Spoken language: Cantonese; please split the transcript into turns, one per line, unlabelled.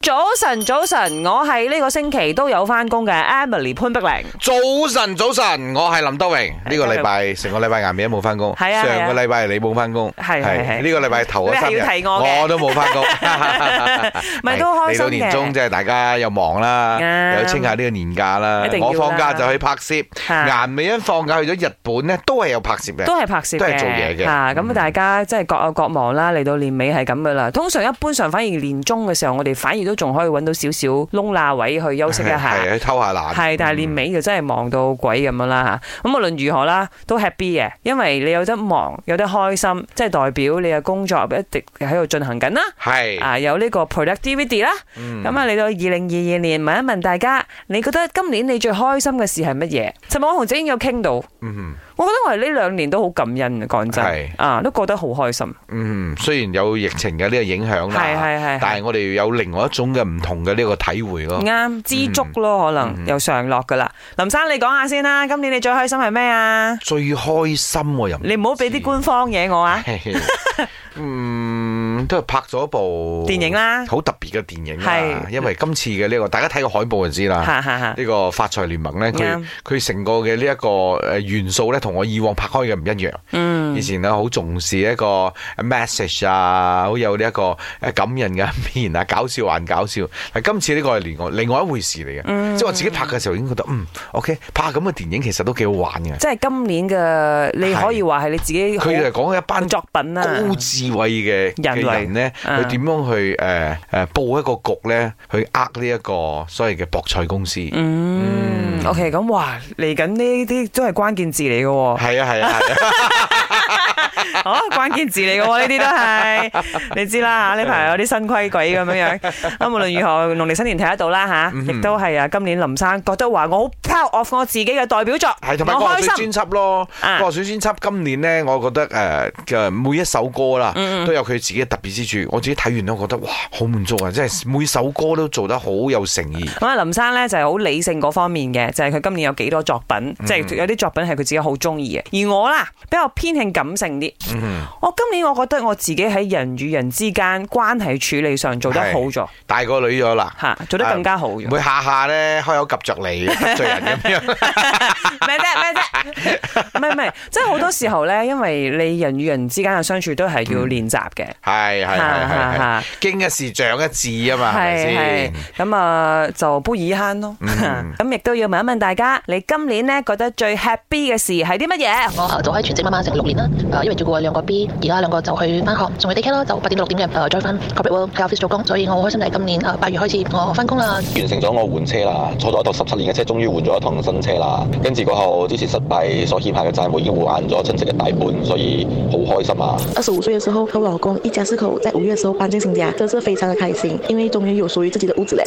早晨，早晨，我喺呢個星期都有翻工嘅 Emily 潘碧 玲，
早晨，早晨，我係林德榮。呢個禮拜成個禮拜岩尾都冇翻工，
係啊係啊
上個禮拜你冇翻工，
係係係
呢個禮拜頭嗰三
你
日
係要提我嘅
都冇翻工，
咪都開
嚟
心
到年中
嘅。
即係大家又忙啦，
啱
又要清下呢個年假啦
一定。要啦
我放假就去拍攝，
嚇
顏美欣放假去咗日本咧，都係有拍攝嘅。
都係拍攝嘅，
都係做嘢嘅
嚇咁
嗯
大家即係各有各忙啦。嚟到年尾係咁噶啦。通常一般上反而年中嘅時候，我哋反而都仲可以揾到少少窿罅位去休息一下。
係去偷下懶。
係，但係年尾就真係忙到鬼咁樣啦吓。咁無論如何啦，都 happy 嘅，因為你有得忙，有得開心，即係代表你嘅工作一直喺度進行緊啦。
係
啊，有呢個 productivity 啦。咁啊，嚟到二零二二年，問一問大家，你覺得今年你最開心嘅事係乜嘢？尋日我同姐已經有傾到，我
嗯
覺得我哋呢兩年都好感恩嘅，講真
係，
啊，都覺得好開心。
嗯，雖然有疫情嘅呢個影響
係
啦，
係係嗯
但係
係
我哋有另外一種嘅唔同嘅呢個體會咯。
啱知足咯，可能
嗯
有上落噶啦。林生，你講下先啦，今年你最開心係咩啊？
最開心我又唔
你唔好俾啲官方嘢我啊！
嗯，都係拍咗部
電影啦
好特別嘅電影啦
係。
因為今次嘅呢個，大家睇個海報就知啦。
哈哈哈
呢個發財聯盟咧，佢
啱
佢成個嘅呢一個誒呃元素咧，同我以往拍開嘅唔一樣。
嗯
以，前咧好重視一個呃 message 啊，好有呢一個誒感人嘅一面啊， 搞笑還搞笑。但今次呢個係另外另外一回事嚟嘅，
嗯
即係我自己拍嘅時候已經覺得嗯 OK，拍咁嘅電影其實都幾好玩嘅。
即係今年嘅，你可以話係你自己好
佢就係講一班
嘅作品啊。
高智慧嘅嘅
人類
人咧，
啊
佢點樣去誒誒佈一個局咧，去呃呢一個所謂嘅博彩公司。
嗯，OK，咁哇，嚟緊呢啲都係關鍵字嚟嘅喎。
係啊係啊係啊，
哦，關鍵字嚟嘅 喎，呢啲都係，你知啦嚇，呢
嗯
排有啲新規矩咁樣樣。咁無論如何，農曆新年睇得到啦嚇，
嗯
亦都係啊，今年林生覺得話我好 proud of 我自己嘅代表作，
係啊同埋《
我
國
開
水
心。
專輯》咯，
啊
《國水專輯》今年咧，我覺得誒嘅每一首歌啦，
嗯
都有佢自己嘅特別之處。我自己睇完都覺得哇，好滿足啊！即係每首歌都做得好有誠意。
咁啊，林生咧就係好理性嗰方面嘅，就係、佢今年有幾多作品，
嗯
即係有啲作品係佢自己好中意嘅。而我啦，比較偏向感性啲。
嗯
我今年我覺得我自己喺人與人之間關係處理上做得好咗，
大個女咗啦，
嚇做得更加好咗。
唔會下下咧開口及着你得罪人咁 樣。
咩啫咩啫，唔係唔係，即係好多時候咧，因為你人與人之間嘅相處都係要
嗯
練習嘅。
係係係係係
嚇，
經一事長一智啊嘛，係咪
係係
先？嗯
咁啊，就杯爾慳咯。 咁亦都要問一問大家，你今年咧覺得最 happy 嘅事係啲乜嘢？
我誒做開全職媽媽成六年啦，誒因為照顧兩個 B，而家兩個就去翻學，送去 daycare 啦，就八點到六點嘅誒呃再翻 corporate world 喺 office 做工，所以我好開心就係今年呃誒八月開始我翻工啦。
完成咗我換車啦，坐咗一度十七年嘅車，終於換咗一趟新車啦。跟住過後，之前失敗所欠下嘅債務已經還咗親戚嘅大半，所以好開心啊！
二十五岁的时候和我老公一家四口在五月的时候搬进新家，真是非常的开心，因为终于有属于自己的屋子了。